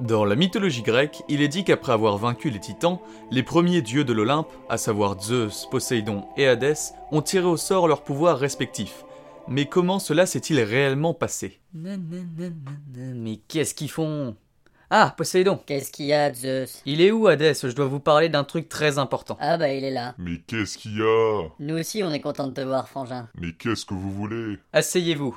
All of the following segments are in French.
Dans la mythologie grecque, il est dit qu'après avoir vaincu les titans, les premiers dieux de l'Olympe, à savoir Zeus, Poséidon et Hadès, ont tiré au sort leurs pouvoirs respectifs. Mais comment cela s'est-il réellement passé Nanananana, Mais qu'est-ce qu'ils font Ah, Poséidon Qu'est-ce qu'il y a, Zeus Il est où, Hadès Je dois vous parler d'un truc très important. Ah bah il est là. Mais qu'est-ce qu'il y a Nous aussi on est content de te voir, Frangin. Mais qu'est-ce que vous voulez Asseyez-vous.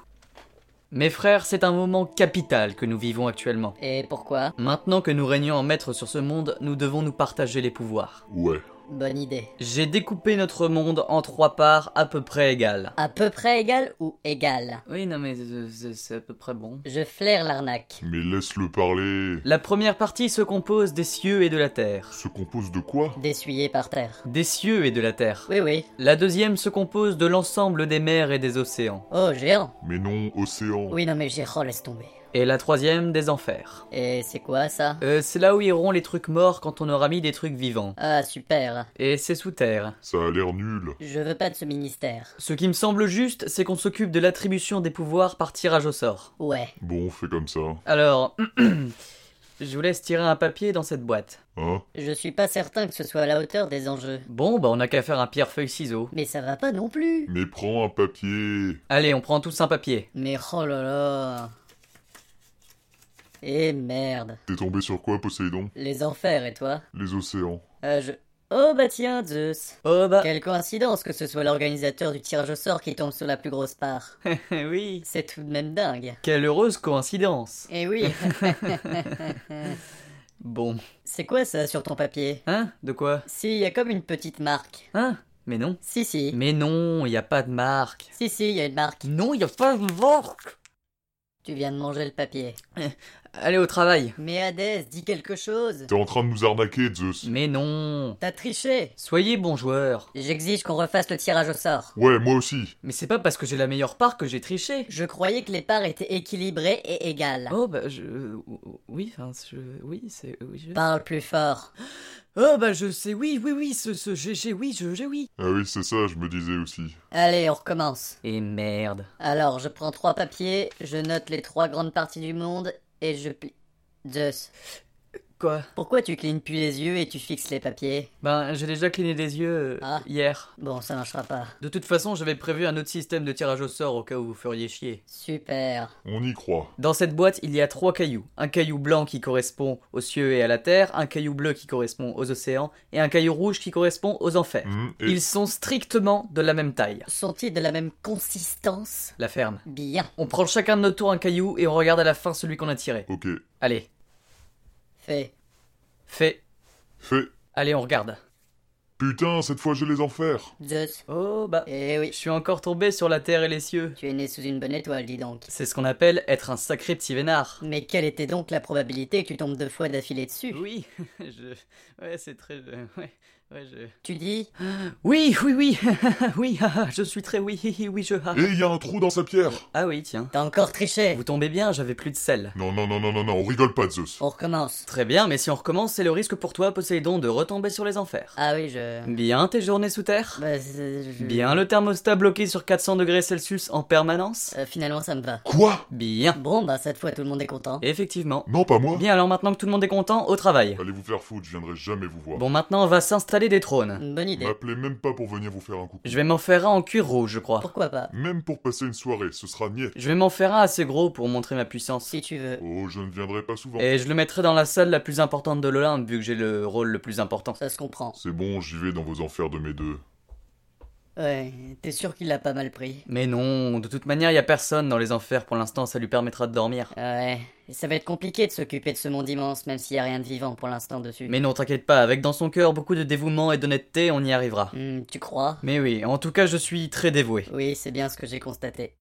Mes frères, c'est un moment capital que nous vivons actuellement. Et pourquoi Maintenant que nous régnons en maître sur ce monde, nous devons nous partager les pouvoirs. Ouais. Bonne idée. J'ai découpé notre monde en trois parts à peu près égales. À peu près égal ou égal Oui, non mais euh, c'est c'est à peu près bon. Je flaire l'arnaque. Mais laisse-le parler. La première partie se compose des cieux et de la terre. Se compose de quoi D'essuyer par terre. Des cieux et de la terre. Oui, oui. La deuxième se compose de l'ensemble des mers et des océans. Oh, géant Mais non, océan. Oui, non mais j'ai... Oh, laisse tomber. Et la troisième des enfers. Et c'est quoi, ça Euh, c'est là où iront les trucs morts quand on aura mis des trucs vivants. Ah, super. Et c'est sous terre. Ça a l'air nul. Je veux pas de ce ministère. Ce qui me semble juste, c'est qu'on s'occupe de l'attribution des pouvoirs par tirage au sort. Ouais. Bon, on fait comme ça. Alors, je vous laisse tirer un papier dans cette boîte. Hein Je suis pas certain que ce soit à la hauteur des enjeux. Bon, bah on n'a qu'à faire un pierre-feuille-ciseau. Mais ça va pas non plus. Mais prends un papier. Allez, on prend tous un papier. Mais oh là là. Et merde. T'es tombé sur quoi, Poséidon Les enfers et toi Les océans. Euh, je... Oh bah tiens, Zeus. Oh bah... Quelle coïncidence que ce soit l'organisateur du tirage au sort qui tombe sur la plus grosse part. oui. C'est tout de même dingue. Quelle heureuse coïncidence. Eh oui. Bon. C'est quoi ça sur ton papier Hein De quoi Si, y a comme une petite marque. Hein Mais non. Si, si. Mais non, il a pas de marque. Si, si, y a une marque. Non, il a pas de marque. Tu viens de manger le papier. Allez au travail. Mais Hadès, dis quelque chose. T'es en train de nous arnaquer, Zeus. Mais non. T'as triché. Soyez bon joueur. J'exige qu'on refasse le tirage au sort. Ouais, moi aussi. Mais c'est pas parce que j'ai la meilleure part que j'ai triché. Je croyais que les parts étaient équilibrées et égales. Oh bah je... Oui, enfin, je... Oui, c'est... Oui, je... Parle plus fort. Oh bah je sais, oui, oui, oui, ce... ce j'ai, j'ai- oui, je... J'ai, oui. Ah oui, c'est ça, je me disais aussi. Allez, on recommence. Et merde. Alors, je prends trois papiers, je note les trois grandes parties du monde et je plie. Zeus, Quoi pourquoi tu clignes plus les yeux et tu fixes les papiers Ben, j'ai déjà cligné des yeux euh, Ah. hier. Bon, ça marchera pas. De toute façon, j'avais prévu un autre système de tirage au sort au cas où vous feriez chier. Super. On y croit. Dans cette boîte, il y a trois cailloux. Un caillou blanc qui correspond aux cieux et à la terre, un caillou bleu qui correspond aux océans, et un caillou rouge qui correspond aux enfers. Hum, et... Ils sont strictement de la même taille. Sont-ils de la même consistance La ferme. Bien. On prend chacun de notre tour un caillou et on regarde à la fin celui qu'on a tiré. Ok. Allez, Fait. fais. Fais. Allez, on regarde. Putain, cette fois j'ai les enfers. Zeus. Oh bah. Eh Je oui. suis encore tombé sur la terre et les cieux. Tu es né sous une bonne étoile, dis donc. C'est ce qu'on appelle être un sacré petit vénard. Mais quelle était donc la probabilité que tu tombes deux fois d'affilée dessus Oui, je. Ouais, c'est très. euh, Ouais, ouais, je. Tu dis Oui, oui, oui, oui, ah, je suis très oui, hi, hi, oui, je. ah. Et il y a un trou dans sa pierre. Ah oui, tiens. Eh, T'as encore triché Vous tombez bien, j'avais plus de sel. Non, non, non, non, non, non, on rigole pas, Zeus. On recommence. Très bien, mais si on recommence, c'est le risque pour toi, Poséidon, de retomber sur les enfers. Ah oui, je. Bien tes journées sous terre Bah, c'est- je- Bien le thermostat bloqué sur 400 degrés Celsius en permanence Euh, finalement, ça me va. Quoi Bien. Bon, bah, cette fois, tout le monde est content. Effectivement. Non, pas moi. Bien, alors maintenant que tout le monde est content, au travail. Allez vous faire foutre, je viendrai jamais vous voir. Bon, maintenant on va s'installer des trônes. Une bonne idée. M'appelez même pas pour venir vous faire un coucou. Je vais m'en faire un en cuir rouge, je crois. Pourquoi pas Même pour passer une soirée, ce sera niais. Je vais m'en faire un assez gros pour montrer ma puissance. Si tu veux. Oh, je ne viendrai pas souvent. Et je le mettrai dans la salle la plus importante de l'Olympe, vu que j'ai le rôle le plus important. Ça se comprend. C'est bon, j'y vais dans vos enfers de mes deux. Ouais, t'es sûr qu'il l'a pas mal pris. Mais non, de toute manière, y a personne dans les enfers pour l'instant, ça lui permettra de dormir. Ouais, et ça va être compliqué de s'occuper de ce monde immense, même s'il y a rien de vivant pour l'instant dessus. Mais non, t'inquiète pas, avec dans son cœur beaucoup de dévouement et d'honnêteté, on y arrivera. Hmm, tu crois Mais oui, en tout cas, je suis très dévoué. Oui, c'est bien ce que j'ai constaté.